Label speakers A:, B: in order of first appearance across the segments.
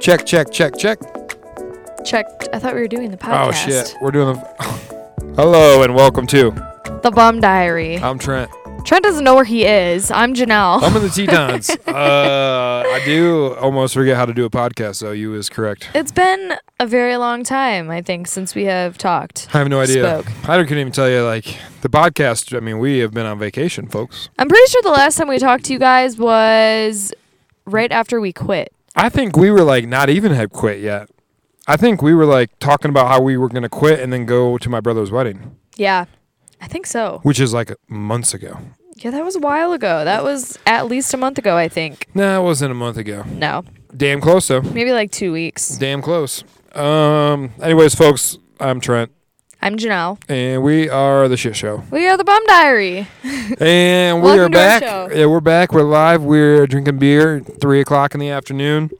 A: Check, check, check, check.
B: Checked. I thought we were doing the podcast.
A: Oh shit, we're doing the. Hello and welcome to.
B: The Bum Diary.
A: I'm Trent.
B: Trent doesn't know where he is. I'm Janelle.
A: I'm in the Tetons. uh, I do almost forget how to do a podcast, though. You is correct.
B: it's been a very long time, I think, since we have talked.
A: I have no idea.
B: Spoke.
A: I couldn't even tell you like the podcast. I mean, we have been on vacation, folks.
B: I'm pretty sure the last time we talked to you guys was right after we quit.
A: I think we were like not even had quit yet. I think we were like talking about how we were gonna quit and then go to my brother's wedding,
B: Yeah. I think so.
A: which is like months ago.
B: Yeah, that was a while ago. That was at least a month ago, I think.
A: Nah, it wasn't a month ago.
B: No,
A: Damn close though.
B: maybe like two weeks.
A: Damn close. Um. Anyways, folks, I'm Trent,
B: I'm Janelle.
A: and we are the shit show,
B: We are the Bum Diary.
A: and we
B: Welcome
A: are
B: to our
A: back.
B: show.
A: Yeah, we're back. We're live. We're drinking beer. at Three o'clock in the afternoon.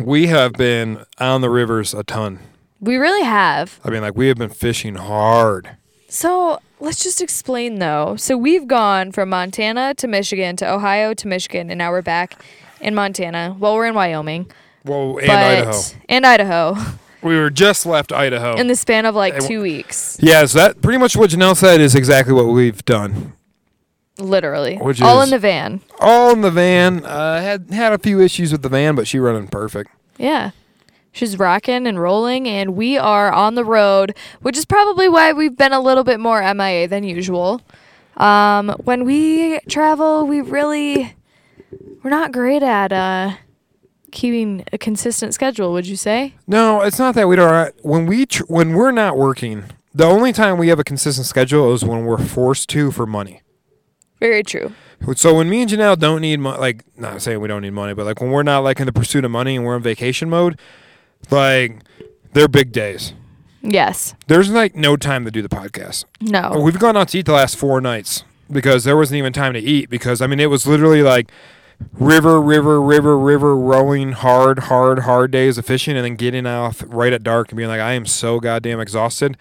A: We have been on the rivers a ton.
B: We really have.
A: I mean, like we have been fishing hard.
B: So let's just explain though. So we've gone from Montana to Michigan to Ohio to Michigan, and now we're back in Montana. Well, we're in Wyoming,
A: Well, and
B: but
A: Idaho.
B: and Idaho
A: We were just left Idaho.
B: in the span of like
A: And-
B: two weeks,
A: yeah, so that pretty much what Janelle said is exactly what we've done.
B: literally,
A: Which
B: all
A: is-
B: in the van.
A: All in the van. Uh, had had a few issues with the van, but she running perfect.
B: Yeah. She's rocking and rolling, and we are on the road, which is probably why we've been a little bit more MIA than usual. Um, when we travel, we really we're not great at uh, keeping a consistent schedule. Would you say?
A: No, it's not that we don't. uh, When we tr- when we're not working, the only time we have a consistent schedule is when we're forced to for money.
B: Very true.
A: So when me and Janelle don't need money, like not saying we don't need money, but like when we're not like in the pursuit of money and we're in vacation mode, like they're big days.
B: Yes.
A: There's like no time to do the podcast.
B: No.
A: Oh, We've gone out to eat the last four nights because there wasn't even time to eat because I mean it was literally like river, river, river, river, rowing hard, hard, hard days of fishing, and then getting off right at dark and being like, I am so goddamn exhausted.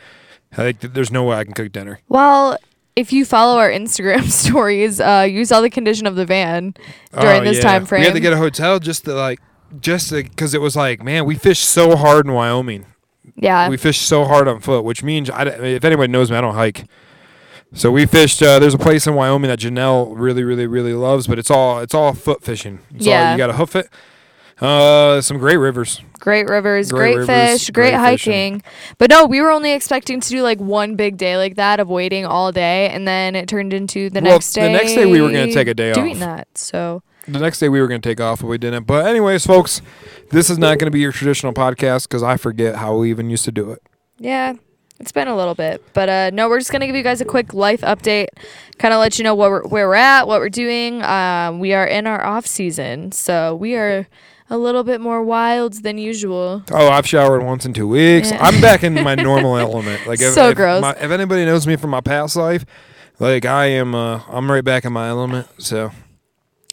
A: I think that there's no way I can cook dinner.
B: Well, if you follow our Instagram stories, uh, you saw the condition of the van during
A: Oh,
B: this
A: yeah.
B: time frame.
A: we had to get a hotel just to like just because it was like, man, we fished so hard in Wyoming.
B: yeah.
A: we fished so hard on foot, which means I, if anybody knows me, I don't hike. So we fished. Uh, there's a place in Wyoming that Janelle really, really, really loves, but it's all it's all foot fishing. It's all,
B: Yeah.
A: you got to hoof it. Uh, some great rivers.
B: great rivers,
A: Great
B: great,
A: rivers,
B: fish, great,
A: great fishing.
B: hiking. But no, we were only expecting to do like one big day like that of waiting all day, and then it turned into the
A: Well,
B: next day.
A: the next day we were gonna take a day
B: doing
A: off.
B: that. So
A: The next day we were gonna take off, but we didn't. But anyways, folks, this is not gonna be your traditional podcast because I forget how we even used to do it.
B: yeah, it's been a little bit, but uh, no, we're just gonna give you guys a quick life update, kind of let you know what we're, where we're at, what we're doing. Um, we are in our off season, so we are a little bit more wild than usual.
A: Oh, I've showered once in two weeks.
B: Yeah.
A: I'm back in my normal element. Like if,
B: So
A: if
B: gross.
A: My, if anybody knows me from my past life, like I am, uh, I'm right back in my element. So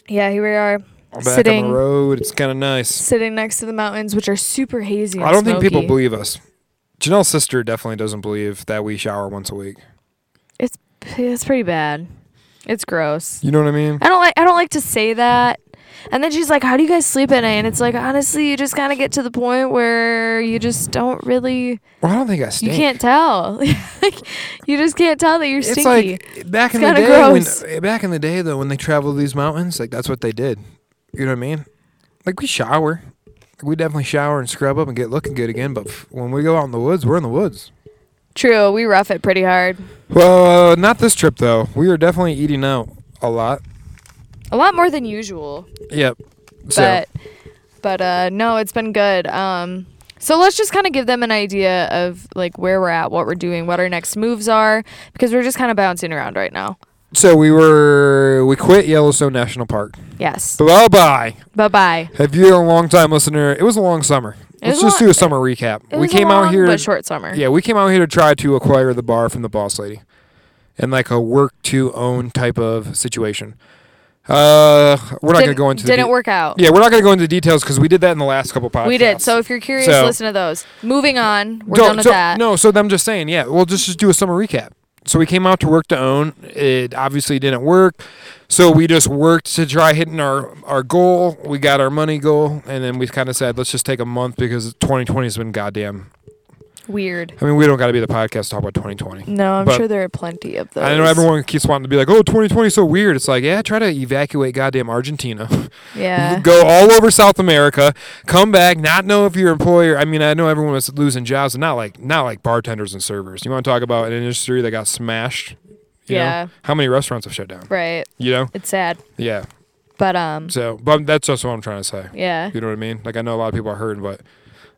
B: Yeah, here we are
A: I'm back on
B: sitting
A: the road. It's kind of nice.
B: sitting next to the mountains, which are super hazy. And
A: I don't think people
B: smoky.
A: believe us. Janelle's sister definitely doesn't believe that we shower once a week.
B: It's it's pretty bad. It's gross.
A: You know what I mean?
B: I don't like I don't like to say that. And then she's like, "How do you guys sleep at night?" And it's like, honestly, you just kind of get to the point where you just don't really
A: Well, I don't think I stink.
B: you can't tell. like you just can't tell that you're
A: It's
B: stinky.
A: like back in the
B: kinda
A: day.
B: gross.
A: When, eh, back in the day, though, when they traveled these mountains, like that's what they did. You know what I mean? Like we shower. Like, we definitely shower and scrub up and get looking good again. But pff, when we go out in the woods, we're in the woods.
B: True, we rough it pretty hard.
A: Well, uh, not this trip though. We were definitely eating out a lot.
B: A lot more than usual,
A: Yep.
B: but but uh no, it's been good. Um so let's just kind of give them an idea of like where we're at, what we're doing, what our next moves are because we're just kind of bouncing around right now.
A: so we were we quit Yellowstone National Park.
B: Yes.
A: Bye bye.
B: Bye-bye.
A: If you're a long time listener, it was a long summer. Let's
B: was
A: just
B: long-
A: do a summer recap.
B: It
A: we
B: was a
A: came out
B: long
A: here.
B: but short summer.
A: Yeah, we came out here to try to acquire the bar from the boss lady, and like a work to own type of situation. Uh, we're not gonna
B: Didn't-
A: go into the
B: didn't
A: de-
B: work out.
A: Yeah, we're not gonna go into the details because we did that in the last couple podcasts.
B: we did. So if you're curious,
A: So-
B: listen to those. Moving on, we're
A: Don't-
B: done with
A: so-
B: that.
A: No, so them just saying, yeah. Well, just just do a summer recap. So we came out to work to own. It obviously didn't work. So we just worked to try hitting our, our goal. We got our money goal. And then we kind of said, let's just take a month because 2020 has been goddamn.
B: Weird.
A: I mean, we don't got to be the podcast to talk about 2020.
B: No, I'm
A: But-
B: sure there are plenty of those.
A: I know everyone keeps wanting to be like, oh, 2020 is so weird. It's like, yeah, try to evacuate goddamn Argentina.
B: Yeah.
A: Go all over South America, come back, not know if your employer. I mean, I know everyone was losing jobs, and not like not like bartenders and servers. You want to talk about an industry that got smashed? you know?
B: Yeah.
A: How many restaurants have shut down?
B: Right.
A: You know?
B: It's sad.
A: Yeah.
B: But um
A: So, but that's just what I'm trying to say.
B: yeah.
A: You know what I mean? Like, I know a lot of people are hurting, but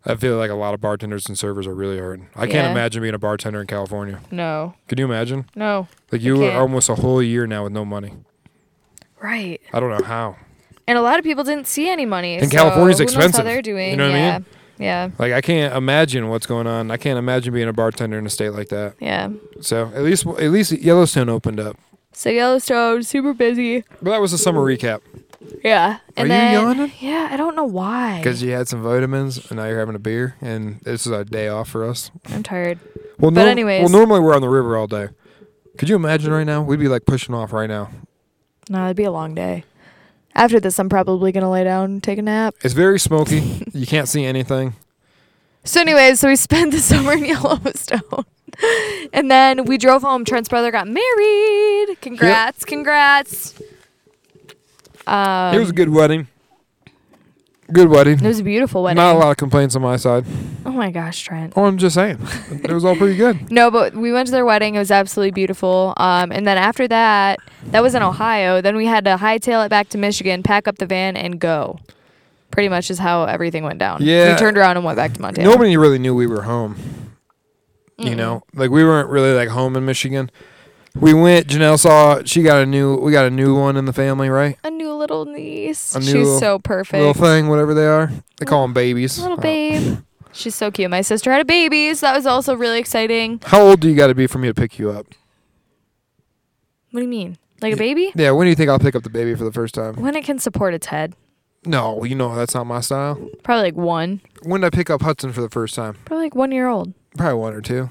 A: I feel like a lot of bartenders and servers are really hurting. I can't
B: Yeah.
A: imagine being a bartender in California.
B: No.
A: Could you imagine?
B: No.
A: Like, you were
B: can't.
A: almost a whole year now with no money.
B: Right.
A: I don't know how.
B: And a lot of people didn't see any money.
A: And
B: so
A: California's
B: who knows
A: expensive.
B: how they're doing.
A: You know what I
B: yeah.
A: mean?
B: Yeah.
A: Like, I can't imagine what's going on. I can't imagine being a bartender in a state like that.
B: Yeah.
A: So, at least, at least Yellowstone opened up.
B: So Yellowstone, super busy.
A: But that was a summer recap
B: Yeah. And
A: you
B: then,
A: yawning?
B: Yeah, I don't know why.
A: because you had some vitamins and now you're having a beer, and this is a day off for us.
B: I'm tired.
A: Well,
B: But
A: norm-
B: anyways.
A: well, normally we're on the river all day. Could you imagine right now? We'd be like pushing off right now.
B: No, it'd be a long day. After this, I'm probably gonna lay down and take a nap.
A: It's very smoky. you can't see anything.
B: So, anyways, so we spent the summer in Yellowstone, and then we drove home. Trent's brother got married. Congrats, congrats. Um,
A: it was a good wedding. Good wedding.
B: it was a beautiful wedding.
A: Not a lot of complaints on my side.
B: Oh my gosh, Trent.
A: Oh, I'm just saying, it was all pretty good.
B: No, but we went to their wedding. It was absolutely beautiful. Um, and then after that, that was in Ohio. Then we had to hightail it back to Michigan, pack up the van, and go. Pretty much is how everything went down.
A: Yeah.
B: We turned around and went back to Montana.
A: Nobody really knew we were home. You
B: Mm-mm.
A: know, like we weren't really like home in Michigan. We went. Janelle saw she got a new. We got a new one in the family, right?
B: A new little niece.
A: A new
B: She's
A: little-
B: so perfect.
A: Little thing, whatever they are. They call them babies.
B: Little
A: Uh,
B: babe. She's so cute. My sister had a baby, so that was also really exciting.
A: How old do you got to be for me to pick you up?
B: What do you mean? Like a baby?
A: Yeah, when do you think I'll pick up the baby for the first time?
B: When it can support its head.
A: No, you know that's not my style.
B: Probably like one.
A: When did I pick up Hudson for the first time?
B: Probably like one year old.
A: Probably one or two.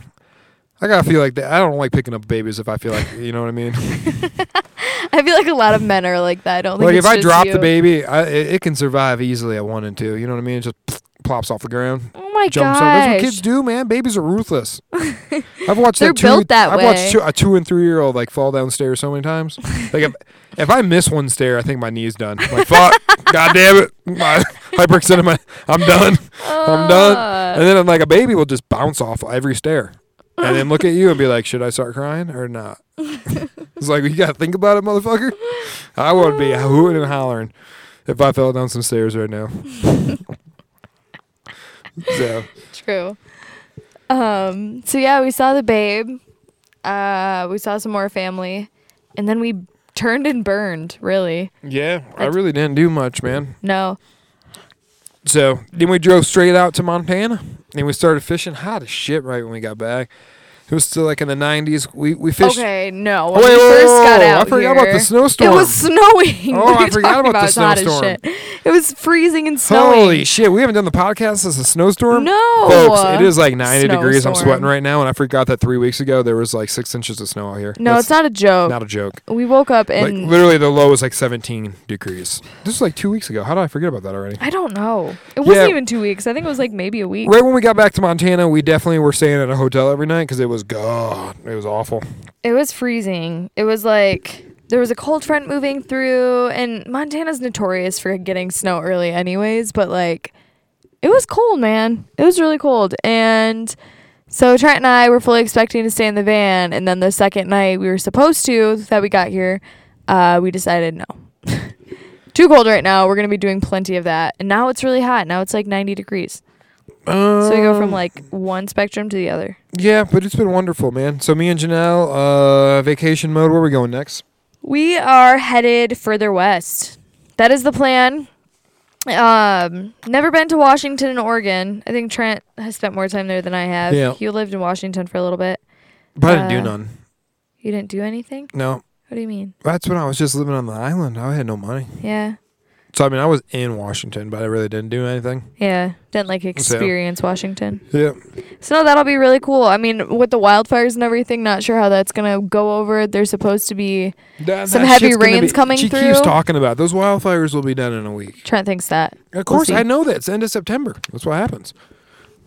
A: I gotta feel like that. I don't like picking up babies if I feel like you know what I mean.
B: I feel like a lot of men are like that. I don't think
A: like if
B: it's
A: I
B: just
A: drop the
B: you.
A: baby, I, it, it can survive easily at one and two. You know what I mean? It just plops off the ground,
B: Oh my
A: jumps
B: gosh.
A: up. That's what kids do, man. Babies are ruthless. I've watched
B: They're
A: that two,
B: built that
A: I've
B: way.
A: watched two, a two and three year old like fall downstairs so many times. Like if, if I miss one stair, I think my knee's done. I'm like fuck, god damn it, my hyperextended my, I'm done.
B: Oh,
A: I'm done.
B: Uh.
A: And then I'm like, a baby will just bounce off every stair. And then look at you and be like, should I start crying or not? it's like, you got to think about it, motherfucker. I would be hooting and hollering if I fell down some stairs right now. so,
B: True. Um, so yeah, we saw the babe. Uh, we saw some more family. And then we turned and burned, really.
A: yeah, I really didn't do much, man.
B: No.
A: So then we drove straight out to Montana and we started fishing hot as shit right when we got back. It was still like in the 90s. We, we fished.
B: Okay, no.
A: Oh,
B: When we
A: wait, whoa,
B: first
A: whoa,
B: got
A: whoa,
B: out
A: I forgot about the
B: here,
A: snowstorm.
B: It was snowing.
A: Oh,
B: What are
A: I
B: you
A: forgot
B: talking
A: about the
B: It's hot as
A: snowstorm.
B: shit. It was freezing and snowing.
A: Holy shit, we haven't done the podcast since the snowstorm?
B: No.
A: Folks, it is like 90 degrees. I'm
B: Snowstorm.
A: sweating right now, and I forgot that three weeks ago there was like six inches of snow out here.
B: No,
A: That's
B: it's not a joke.
A: Not a joke.
B: we woke up
A: Like
B: and
A: literally, the low was like 17 degrees. This was like two weeks ago. How did I forget about that already?
B: I don't know. It wasn't
A: Yeah.
B: even two weeks. I think it was like maybe a week.
A: Right when we got back to Montana, we definitely were staying at a hotel every night because it was god, it was awful.
B: It was freezing. It was like there was a cold front moving through, and Montana's notorious for getting snow early, anyways. But like, it was cold, man. It was really cold. And so Trent and I were fully expecting to stay in the van, and then the second night we were supposed to that we got here, uh, we decided no. Too cold right now. We're gonna be doing plenty of that, and now it's really hot. Now it's like 90 degrees, so we go
A: Um,
B: from like one spectrum to the other.
A: yeah, but it's been wonderful, man. So me and Janelle, uh, vacation mode. Where are we going next?
B: We are headed further west. That is the plan. Um, never been to Washington and Oregon. I think Trent has spent more time there than I have.
A: Yeah.
B: You lived in Washington for a little bit.
A: But I didn't do
B: Uh,
A: none.
B: You didn't do anything?
A: No,
B: What do you mean?
A: that's when I was just living on the island. I had no money.
B: Yeah.
A: So I mean, I was in Washington, but I really didn't do anything.
B: Yeah, didn't like experience Washington.
A: Yeah.
B: So no, that'll be really cool. I mean, with the wildfires and everything, not sure how that's gonna go over. There's supposed to be
A: That-
B: Some
A: that
B: heavy
A: shit's gonna
B: rains
A: be-
B: coming
A: she
B: through.
A: keeps talking about those wildfires will be done in a week.
B: Trent thinks that.
A: Of course,
B: see.
A: I know that it's end of September. That's what happens.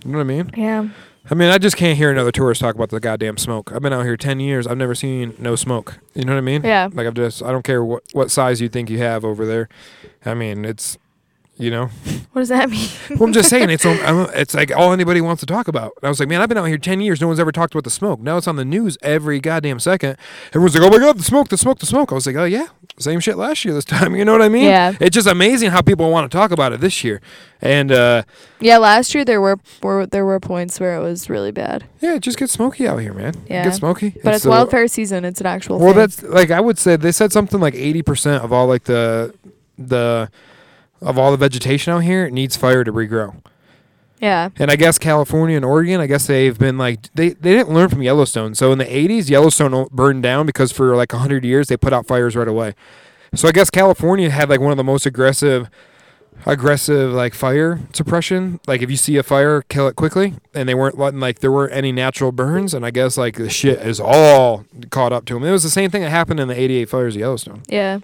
A: You know what I mean?
B: Yeah.
A: I mean, I just can't hear another tourist talk about the goddamn smoke. I've been out here ten years. I've never seen no smoke. You know what I mean?
B: Yeah.
A: Like I've just, I don't care what what size you think you have over there. I mean, it's, you know,
B: What does that mean?
A: well, I'm just saying it's on- I'm- it's like all anybody wants to talk about. And I was like, man, I've been out here ten years. No one's ever talked about the smoke. Now it's on the news every goddamn second. Everyone's like, oh my god, the smoke, the smoke, the smoke. I was like, oh yeah, same shit last year this time. You know what I mean?
B: Yeah.
A: It's just amazing how people want to talk about it this year, and uh,
B: yeah, last year there were, were there were points where it was really bad,
A: yeah, it just gets smoky out here, man. It
B: Yeah.
A: gets smoky.
B: but it's
A: the-
B: wildfire season. It's an actual.
A: Well,
B: thing.
A: that's like I would say they said something like eighty percent of all like the the of all the vegetation out here it needs fire to regrow.
B: yeah.
A: And I guess California and Oregon, I guess they've been like they, they didn't learn from Yellowstone. So in the 80s, Yellowstone o- burned down because for like 100 years they put out fires right away. So I guess California had like one of the most aggressive aggressive like fire suppression. Like if you see a fire, kill it quickly. And they weren't letting like there weren't any natural burns and I guess like the shit is all caught up to them. It was the same thing that happened in the 88 fires of Yellowstone.
B: Yeah.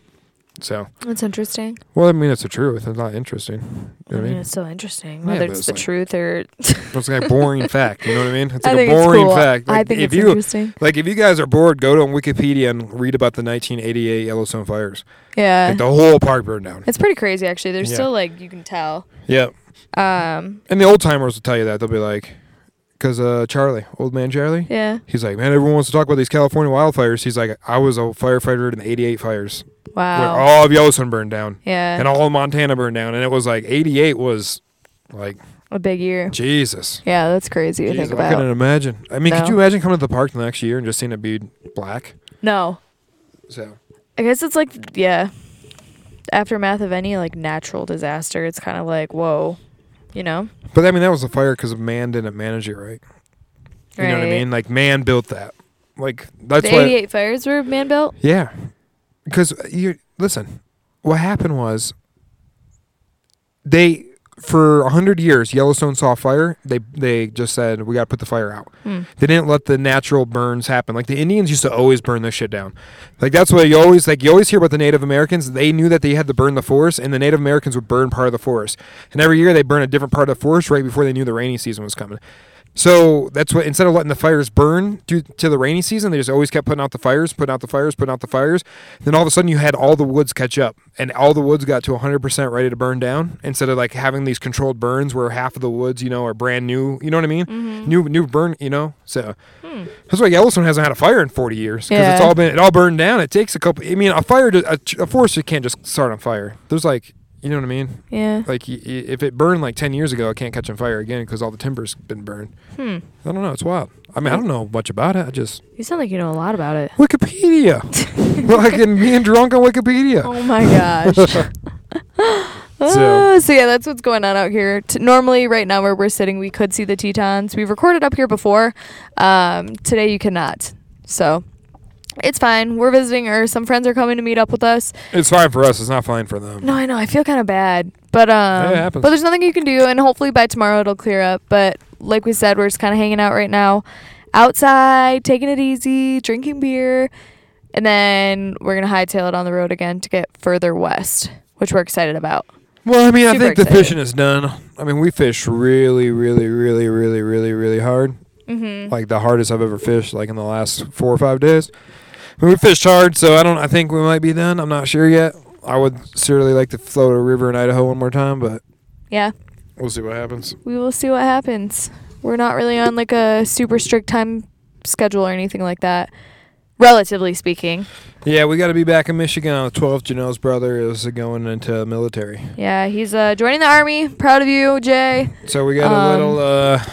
A: So,
B: That's interesting.
A: well, I mean it's the truth. It's not interesting. You know what I mean?
B: it's so interesting.
A: Yeah,
B: Whether
A: but
B: it's
A: it's
B: the
A: like-
B: truth or
A: It's like a boring fact. You know what I mean? It's
B: I
A: like
B: think
A: a boring
B: it's cool.
A: fact.
B: I
A: Like,
B: think
A: if
B: it's
A: you
B: interesting.
A: like, if you guys are bored, go to Wikipedia and read about the 1988 Yellowstone fires.
B: Yeah.
A: Like the whole park burned down.
B: it's pretty crazy actually. There's
A: Yeah.
B: still like you can tell.
A: Yeah,
B: Um.
A: and the old timers will tell you that they'll be like, because uh, Charlie, old man Charlie,
B: Yeah.
A: he's like, man, everyone wants to talk about these California wildfires. He's like, I was a firefighter in the 88 fires. Like,
B: Wow.
A: all of Yellowstone burned down,
B: yeah.
A: and all of Montana burned down, and it was like 88 was like
B: a big year.
A: Jesus.
B: Yeah, that's crazy to
A: Jeez,
B: think
A: I couldn't
B: about.
A: imagine. I mean,
B: No.
A: could you imagine coming to the park the next year and just seeing it be black?
B: No.
A: So
B: I guess it's like yeah. Aftermath of any like natural disaster, it's kind of like whoa, you know?
A: But I mean, that was a fire because man didn't manage it right. You know what I
B: Right.
A: mean? Like man built that. Like that's
B: the
A: why.
B: 88 fires were man built.
A: Yeah, because you listen. What happened was they for a hundred years Yellowstone saw fire. They they just said we got to put the fire out.
B: Hmm.
A: They didn't let the natural burns happen. Like the Indians used to always burn this shit down. Like that's why you always like you always hear about the Native Americans. They knew that they had to burn the forest, and the Native Americans would burn part of the forest. And every year they burn a different part of the forest right before they knew the rainy season was coming. So that's what instead of letting the fires burn due to the rainy season, they just always kept putting out the fires, putting out the fires, putting out the fires. Then all of a sudden you had all the woods catch up, and all the woods got to 100% ready to burn down. Instead of like having these controlled burns where half of the woods, you know, are brand new. You know what I mean? New new burn. You know, so that's why Yellowstone hasn't had a fire in 40 years because it's
B: Yeah.
A: all been it all burned down. It takes a couple. I mean, a fire, to- a, a forest, it can't just start on fire. There's like, you know what I mean?
B: Yeah.
A: Like y- y- if it burned like 10 years ago, it can't catch on fire again because all the timber's been burned.
B: Hmm.
A: I don't know. It's wild. I mean, I don't know much about it. I just
B: You sound like you know a lot about it.
A: Wikipedia. like and being drunk on Wikipedia.
B: Oh my gosh.
A: So-
B: Ah, so yeah, that's what's going on out here. T- normally, right now where we're sitting, we could see the Tetons. We've recorded up here before. Um, today, you cannot. So it's fine. We're visiting, or some friends are coming to meet up with us.
A: It's fine for us. It's not fine for them.
B: No, I know. I feel kind of bad, but um,
A: It happens.
B: but there's nothing you can do, and hopefully by tomorrow it'll clear up. But like we said, we're just kind of hanging out right now, outside, taking it easy, drinking beer, and then we're gonna hightail it on the road again to get further west, which we're excited about.
A: Well, I mean, I
B: Super
A: think the
B: excited.
A: fishing is done. I mean, we fish really, really, really, really, really, really hard.
B: Mm-hmm.
A: like the hardest I've ever fished, like in the last four or five days. I mean, we fished hard, so I don't. I think we might be done. I'm not sure yet. I would certainly like to float a river in Idaho one more time, but
B: yeah,
A: we'll see what happens.
B: we will see what happens. We're not really on like a super strict time schedule or anything like that, relatively speaking.
A: Yeah, we got to be back in Michigan on the 12th. Janelle's brother is going into the military,
B: Yeah, he's uh, joining the army. Proud of you, Jay.
A: so we got a
B: Um,
A: little, uh,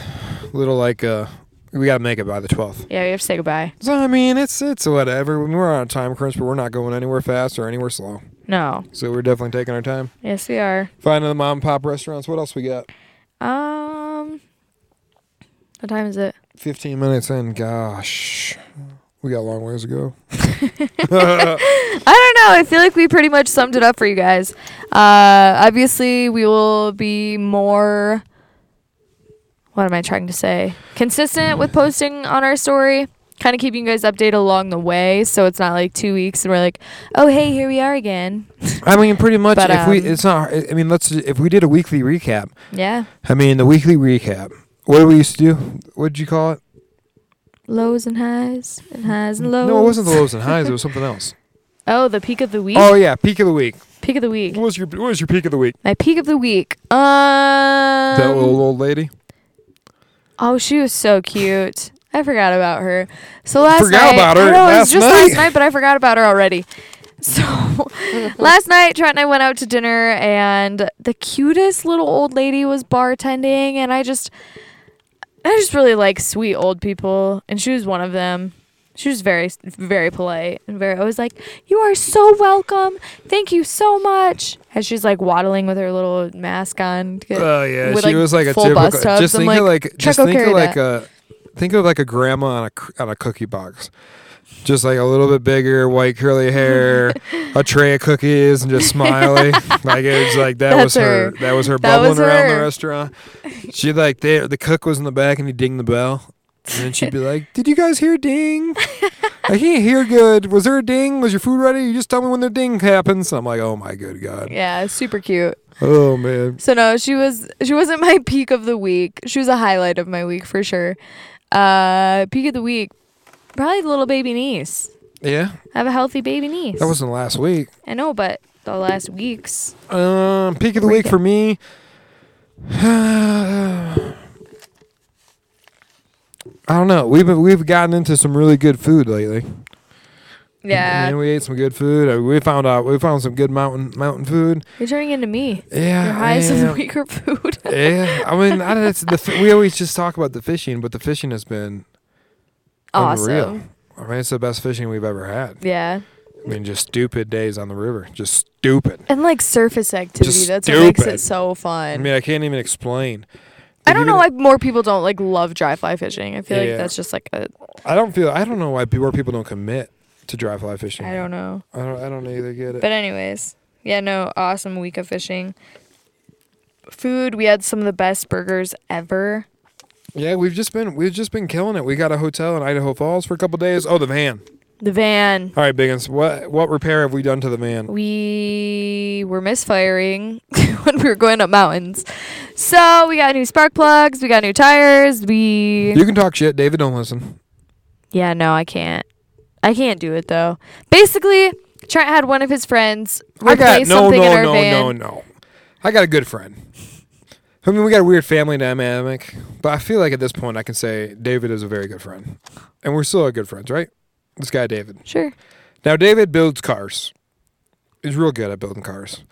A: little like uh, we got to make it by the 12th.
B: Yeah, we have to say goodbye.
A: So I mean, it's it's whatever. We're on a time crunch, but we're not going anywhere fast or anywhere slow.
B: No.
A: So we're definitely taking our time.
B: Yes, we are.
A: Finding the mom and pop restaurants. What else we got?
B: Um, what time is it?
A: 15 minutes in. Gosh. We got a long ways to go.
B: I don't know. I feel like we pretty much summed it up for you guys. Uh, obviously, we will be more. What am I trying to say? Consistent with posting on our story, kind of keeping you guys updated along the way, so it's not like two weeks and we're like, oh hey, here we are again.
A: I mean, pretty much.
B: But,
A: if we,
B: um,
A: it's not. I mean, let's. If we did a weekly recap,
B: yeah,
A: I mean, the weekly recap. What did we used to do? What did you call it?
B: lows and highs and highs and lows.
A: No, it wasn't the lows and highs. It was something else.
B: Oh, the peak of the week.
A: Oh yeah, peak of the week.
B: Peak of the week.
A: What was your What was your peak of the week?
B: My peak of the week. Um.
A: that little old lady.
B: Oh, she was so cute. I forgot about her. So last
A: Forgot
B: night,
A: about her
B: I know, it
A: last
B: was just
A: night?
B: last night, but I forgot about her already. So last night, Trent and I went out to dinner, and the cutest little old lady was bartending, and I just, I just really like sweet old people, and she was one of them. She was very, very polite and very. I was like, "You are so welcome. Thank you so much." As she's like waddling with her little mask on. to get-
A: Oh yeah,
B: with,
A: she
B: like,
A: was like a
B: full
A: typical.
B: bus tubs.
A: Just
B: I'm
A: think of
B: like,
A: like just
B: "Checo
A: think of
B: carry
A: like
B: that."
A: a think of like a grandma on a cr- on a cookie box, just like a little bit bigger, white curly hair, a tray of cookies, and just smiling. like it was like that was
B: That's
A: her.
B: her.
A: That was her
B: That
A: bubbling
B: was
A: around the
B: her.
A: restaurant. She like there. The cook was in the back, and he dinged the bell. And then she'd be like, "Did you guys hear ding? I can't hear good. Was there a ding? Was your food ready? You just tell me when the ding happens." And I'm like, "Oh my good god!
B: yeah, super cute.
A: Oh man!"
B: So no, she was she wasn't my peak of the week. She was a highlight of my week for sure. Uh peak of the week, probably the little baby niece.
A: Yeah,
B: I have a healthy baby niece.
A: that wasn't last week.
B: I know, but the last weeks.
A: Um, peak of the
B: Break
A: week
B: it.
A: for me. I don't know. We've been, we've gotten into some really good food lately.
B: Yeah.
A: and we ate some good food. Uh, We found out we found some good mountain mountain food.
B: You're turning into me.
A: Yeah,
B: Your highs of the
A: Uh, yeah.
B: week are food.
A: yeah, I mean, I, that's the, fi- we always just talk about the fishing, but the fishing has been unreal.
B: awesome.
A: I mean, it's the best fishing we've ever had.
B: Yeah.
A: I mean, just stupid days on the river, just stupid.
B: And like surface activity.
A: Just
B: that's what makes
A: stupid.
B: it so
A: I
B: fun.
A: mean, I can't even explain.
B: I don't
A: Even-
B: know why more people don't like love dry fly fishing. I feel
A: Yeah.
B: like that's just like a
A: I don't feel. I don't know why pe- where people don't commit to dry fly fishing.
B: I don't know.
A: I don't. I don't either get it.
B: But anyways, yeah, no, awesome week of fishing. Food, we had some of the best burgers ever.
A: yeah, we've just been we've just been killing it. We got a hotel in Idaho Falls for a couple days. Oh, the van.
B: The van.
A: All right, Biggins. What what repair have we done to the van?
B: We were misfiring when we were going up mountains. So we got new spark plugs, we got new tires, we
A: You can talk shit, David. Don't listen.
B: Yeah, no, I can't. I can't do it though. Basically, Trent had one of his friends
A: I
B: replace
A: got no
B: something
A: no
B: in our
A: no
B: van.
A: no no. I got a good friend. I mean, we got a weird family dynamic, but I feel like at this point I can say David is a very good friend, and we're still good friends, right? This guy David.
B: Sure.
A: Now David builds cars. He's real good at building cars.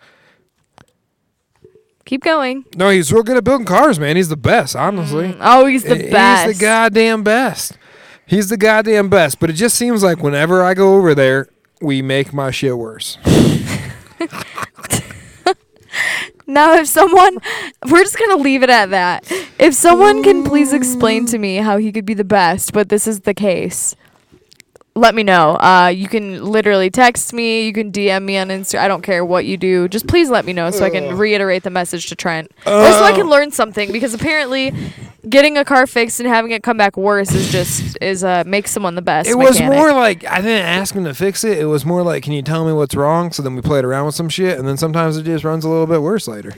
B: Keep going.
A: No, he's real good at building cars, man. He's the best, honestly.
B: Oh, he's the
A: He's
B: best.
A: the goddamn best. He's the goddamn best. But it just seems like whenever I go over there, we make my shit worse.
B: Now, if someone, we're just gonna leave it at that. If someone can please explain to me how he could be the best, but this is the case, let me know. Uh, you can literally text me, you can DM me on Insta. I don't care what you do. Just please let me know so I can
A: Ugh.
B: reiterate the message to Trent, or so I can
A: Ugh.
B: learn something because apparently, getting a car fixed and having it come back worse is just is uh makes someone the best.
A: it was
B: mechanic.
A: more like I didn't ask him to fix it. It was more like, can you tell me what's wrong? So then we played around with some shit, and then sometimes it just runs a little bit worse later.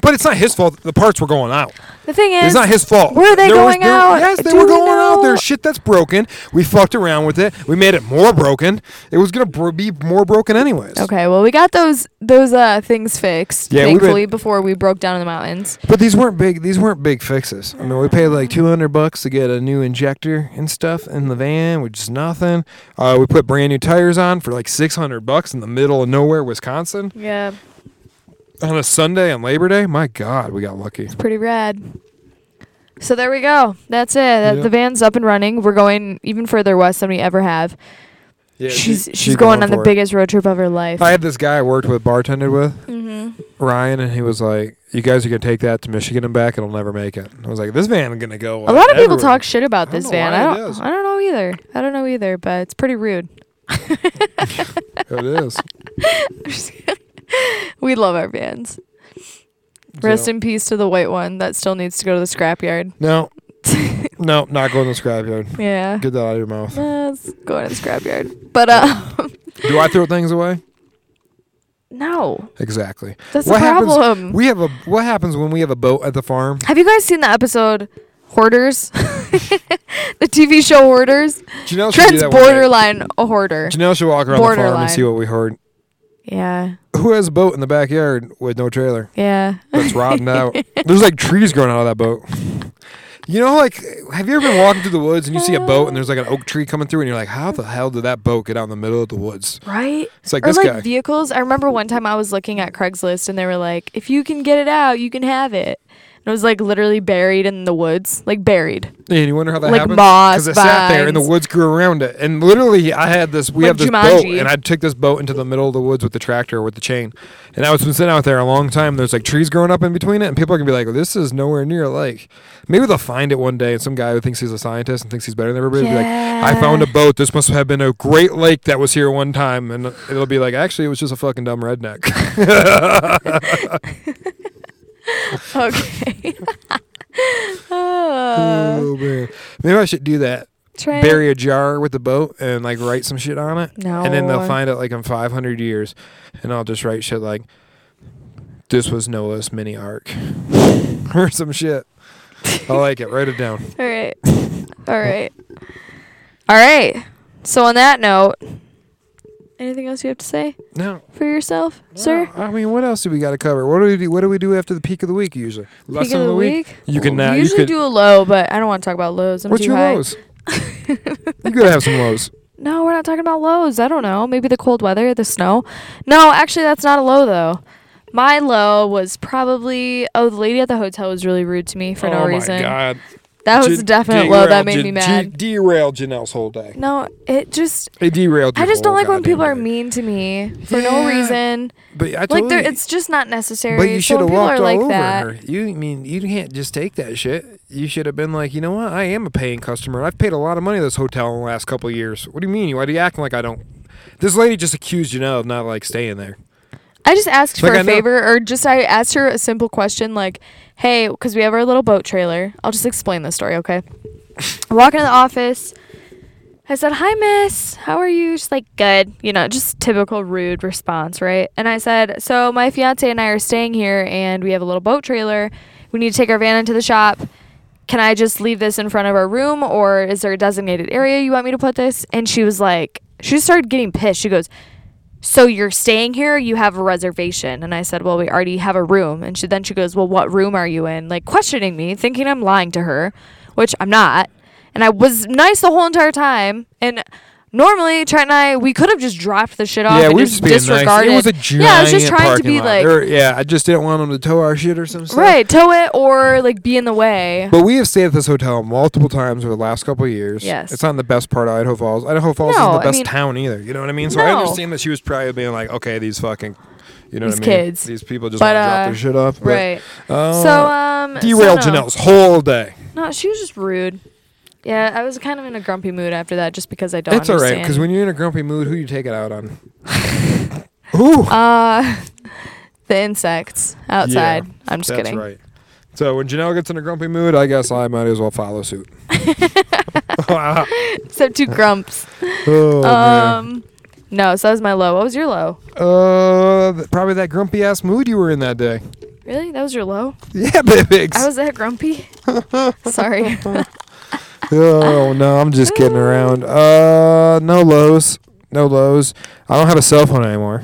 A: but it's not his fault. that The parts were going out.
B: The thing is,
A: It's not his fault.
B: Were they
A: There was-
B: going
A: there-
B: out?
A: Yes, they
B: Do
A: were
B: we
A: going out.
B: know?
A: There's shit that's broken. We fucked around with it. We made it more broken. It was gonna bro- be more broken anyways.
B: Okay, well, we got those those uh things fixed,
A: Yeah, we've been-
B: thankfully, before we broke down in the mountains.
A: But these weren't big. These weren't big fixes. I mean, we paid like 200 bucks to get a new injector and stuff in the van, which is nothing. Uh, we put brand new tires on for like 600 bucks in the middle of nowhere, Wisconsin,
B: Yeah,
A: on a Sunday on Labor Day. My God, we got lucky.
B: pretty rad. So there we go. That's it. That,
A: Yeah.
B: The van's up and running. We're going even further west than we ever have.
A: Yeah,
B: she's she's going, on the biggest road trip of her life.
A: I had this guy I worked with, bartended with.
B: mm-hmm.
A: Ryan and he was like, "You guys are gonna take that to Michigan and back. It'll never make it." I was like, "This van is gonna go."
B: A lot of people talk shit about
A: I don't
B: this
A: know
B: van.
A: why
B: I
A: it
B: don't.
A: is.
B: I don't know either. I don't know either. But it's pretty rude.
A: it is.
B: We love our vans. Rest
A: So-
B: in peace to the white one that still needs to go to the scrapyard.
A: No, no, not going to the scrapyard.
B: Yeah.
A: Get that out of your mouth.
B: Uh, Let's go to the scrapyard. But uh,
A: Do I throw things away?
B: no,
A: Exactly.
B: that's
A: What
B: the
A: happens-
B: problem.
A: We have a. What happens when we have a boat at the farm?
B: Have you guys seen the episode Hoarders? the TV show Hoarders?
A: Janelle should do
B: Trent's
A: that one day.
B: borderline a hoarder.
A: Janelle should walk around the farm
B: Borderline.
A: and see what we heard.
B: Yeah.
A: Who has a boat in the backyard with no trailer?
B: Yeah.
A: That's rotting out. There's like trees growing out of that boat. You know, like, have you ever been walking through the woods and you see a boat and there's like an oak tree coming through and you're like, how the hell did that boat get out in the middle of the woods?
B: Right?
A: It's like
B: or
A: this
B: like
A: guy.
B: vehicles. I remember one time I was looking at Craigslist and they were like, if you can get it out, you can have it. And it was like literally buried in the woods. Like buried.
A: and you wonder how that
B: like
A: happened
B: moss,
A: it sat there and the
B: vines.
A: woods grew around it. And literally, I had this. We
B: Like
A: have this boat,
B: Jumanji.
A: and I took this boat into the middle of the woods with the tractor with the chain. And I was been sitting out there a long time. There's like trees growing up in between it, and people are gonna be like, "This is nowhere near a lake." Maybe they'll find it one day, and some guy who thinks he's a scientist and thinks he's better than everybody will be like, "I
B: Yeah.
A: found a boat. This must have been a great lake that was here one time." And it'll be like, "Actually, it was just a fucking dumb redneck."
B: Okay. uh,
A: oh man, maybe I should do that.
B: Trent.
A: bury a jar with the boat and like write some shit on it.
B: No.
A: And then they'll find it like in 500 years. And I'll just write shit like, this was Noah's mini ark or some shit. I like it. Write it down.
B: All right. All right. All right. So on that note, anything else you have to say
A: No.
B: for yourself, sir?
A: I mean, what else do we got to cover? What do we do? What do we do after the peak of the week usually?
B: Peak of the week.
A: You can
B: We
A: now. You
B: usually
A: could.
B: do a low, but I don't want to talk about lows. I'm
A: what's
B: too
A: your
B: high.
A: lows? you gotta have some lows.
B: No, we're not talking about lows. I don't know. Maybe the cold weather, the snow. No, actually, that's not a low though. My low was probably oh, the lady at the hotel was really rude to me for no reason.
A: Oh, god.
B: That was a definite low. That made me mad.
A: derailed Janelle's whole day.
B: no, it just
A: It derailed.
B: I
A: your
B: just don't
A: whole
B: like when
A: goddamn
B: people are
A: day.
B: mean to me for no
A: Yeah.
B: reason.
A: But I
B: Like
A: told
B: there,
A: you-
B: it's just not necessary.
A: But you
B: so
A: should have
B: when people
A: walked
B: are
A: all
B: like
A: over
B: that.
A: her. You I mean you can't just take that shit. You should have been like, you know what? I am a paying customer. I've paid a lot of money to this hotel in the last couple of years. What do you mean? Why do you acting like I don't? This lady just accused Janelle of not like staying there.
B: I just asked
A: Like,
B: for a
A: I know-
B: favor, or just I asked her a simple question like, "Hey, because we have our little boat trailer." I'll just explain the story, okay? I walk into the office. I said, "Hi, Miss. How are you?" She's like, "Good." You know, just typical rude response, right? And I said, "So my fiance and I are staying here, and we have a little boat trailer. We need to take our van into the shop." Can I just leave this in front of our room or is there a designated area you want me to put this? And she was like, she started getting pissed. She goes, so you're staying here you have a reservation and i said well we already have a room and she then she goes well what room are you in like questioning me thinking i'm lying to her which i'm not and i was nice the whole entire time and normally trent and i we could have just dropped the shit off and just disregarded
A: It was a giant
B: yeah i was just trying to
A: parking
B: be
A: lot.
B: like
A: There- yeah, I just didn't want them to tow our shit or some stuff.
B: right tow it or like be in the way
A: But we have stayed at this hotel multiple times over the last couple of years.
B: Yes.
A: It's not in the best part of Idaho Falls. Idaho Falls
B: No,
A: isn't
B: I
A: the best
B: mean-
A: town either. You know what I mean? So I
B: No.
A: understand that she was probably being like, okay, these fucking, you know
B: These
A: what I mean?
B: kids.
A: These people just
B: But,
A: want to
B: uh,
A: drop their shit off. but,
B: right
A: uh,
B: so um
A: Derailed
B: so no.
A: Janelle's whole day.
B: no she was just rude yeah i was kind of in a grumpy mood after that just because i don't
A: it's all right
B: understand.
A: because when you're in a grumpy mood, who you take it out on? Ooh,
B: Uh, the insects outside. I'm just
A: that's
B: kidding.
A: right. So when Janelle gets in a grumpy mood, I guess I might as well follow suit.
B: Except two grumps.
A: Oh, man.
B: um, no. So that was my low. What was your low?
A: Uh, th- probably that grumpy ass mood you were in that day.
B: Really? That was your low?
A: Yeah, baby.
B: I was that grumpy. Sorry.
A: oh no, I'm just kidding around. Uh, no lows, no lows. I don't have a cell phone anymore.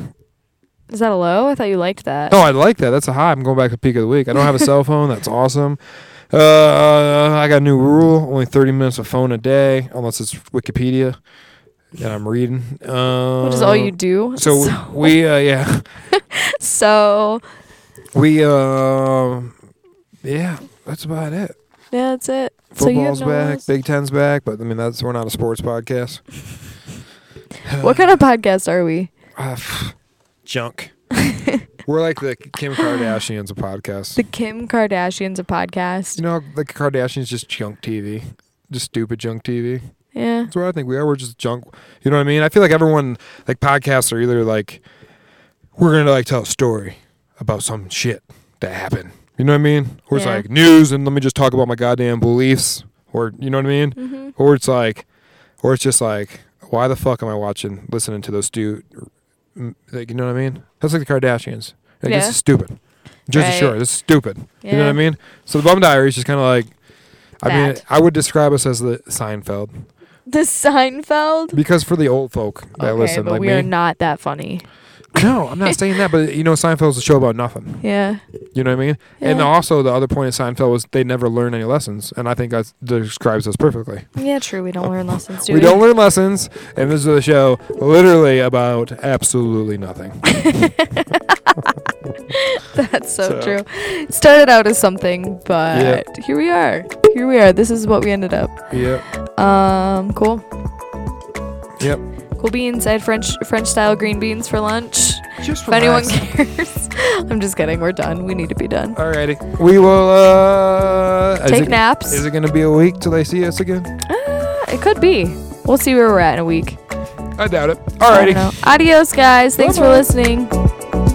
B: Is that a low? I thought you liked that.
A: No, I like that. That's a high. I'm going back to peak of the week. I don't have a cell phone. That's awesome. Uh, I got a new rule: only 30 minutes of phone a day, unless it's Wikipedia that I'm reading. Um,
B: Which is all you do.
A: So, we, uh, yeah,
B: so
A: we, uh, yeah, that's about it.
B: yeah, that's it. so you have
A: Football's
B: no
A: back,
B: lows?
A: Big Ten's back, but I mean that's we're not a sports podcast.
B: What kind of podcast are we?
A: Ah, pff, Uh, junk. We're like the Kim Kardashians of podcasts.
B: The Kim Kardashians of podcast.
A: you know, like Kardashians just junk TV, just stupid junk TV.
B: Yeah.
A: That's what I think we are. We're just junk. You know what I mean? I feel like everyone, like podcasts, are either like, we're gonna like tell a story about some shit that happened. You know what I mean? Or it's
B: Yeah.
A: like news, and let me just talk about my goddamn beliefs, or you know what I mean?
B: Mhm.
A: Or it's like, or it's just like, why the fuck am I watching, listening to those dude? mm, Like, you know what I mean? That's like the Kardashians. Like,
B: Yeah.
A: This is stupid. Jersey
B: Right.
A: Shore. This is stupid.
B: Yeah.
A: You know what I mean? So the Bum Diaries is kind of like, I mean,
B: That.
A: I would describe us as the Seinfeld.
B: The Seinfeld.
A: Because for the old folk that
B: okay,
A: listen,
B: but
A: like
B: we
A: me.
B: are not that funny.
A: no, I'm not saying that, but you know, Seinfeld's a show about nothing.
B: Yeah.
A: You know what I mean? And
B: Yeah.
A: also, the other point of Seinfeld was they never learn any lessons, and I think that describes us perfectly.
B: Yeah, true. We don't learn lessons, do
A: we don't learn lessons, and this is a show literally about absolutely nothing.
B: That's so,
A: So-
B: true. It started out as something, but here we are. Here we are. This is what we ended up.
A: yep.
B: Um, cool.
A: Yep.
B: Cool beans. I had French French style green beans for lunch.
A: Just
B: If anyone cares, I'm just kidding. We're done. We need to be done.
A: Alrighty, we will uh, is
B: Take
A: it-
B: naps.
A: Is it gonna be a week till they see us again?
B: Uh, it could be. We'll see where we're at in a week.
A: I doubt it.
B: I don't
A: Alrighty.
B: know. Adios, guys. Thanks for
A: Bye-bye.
B: listening.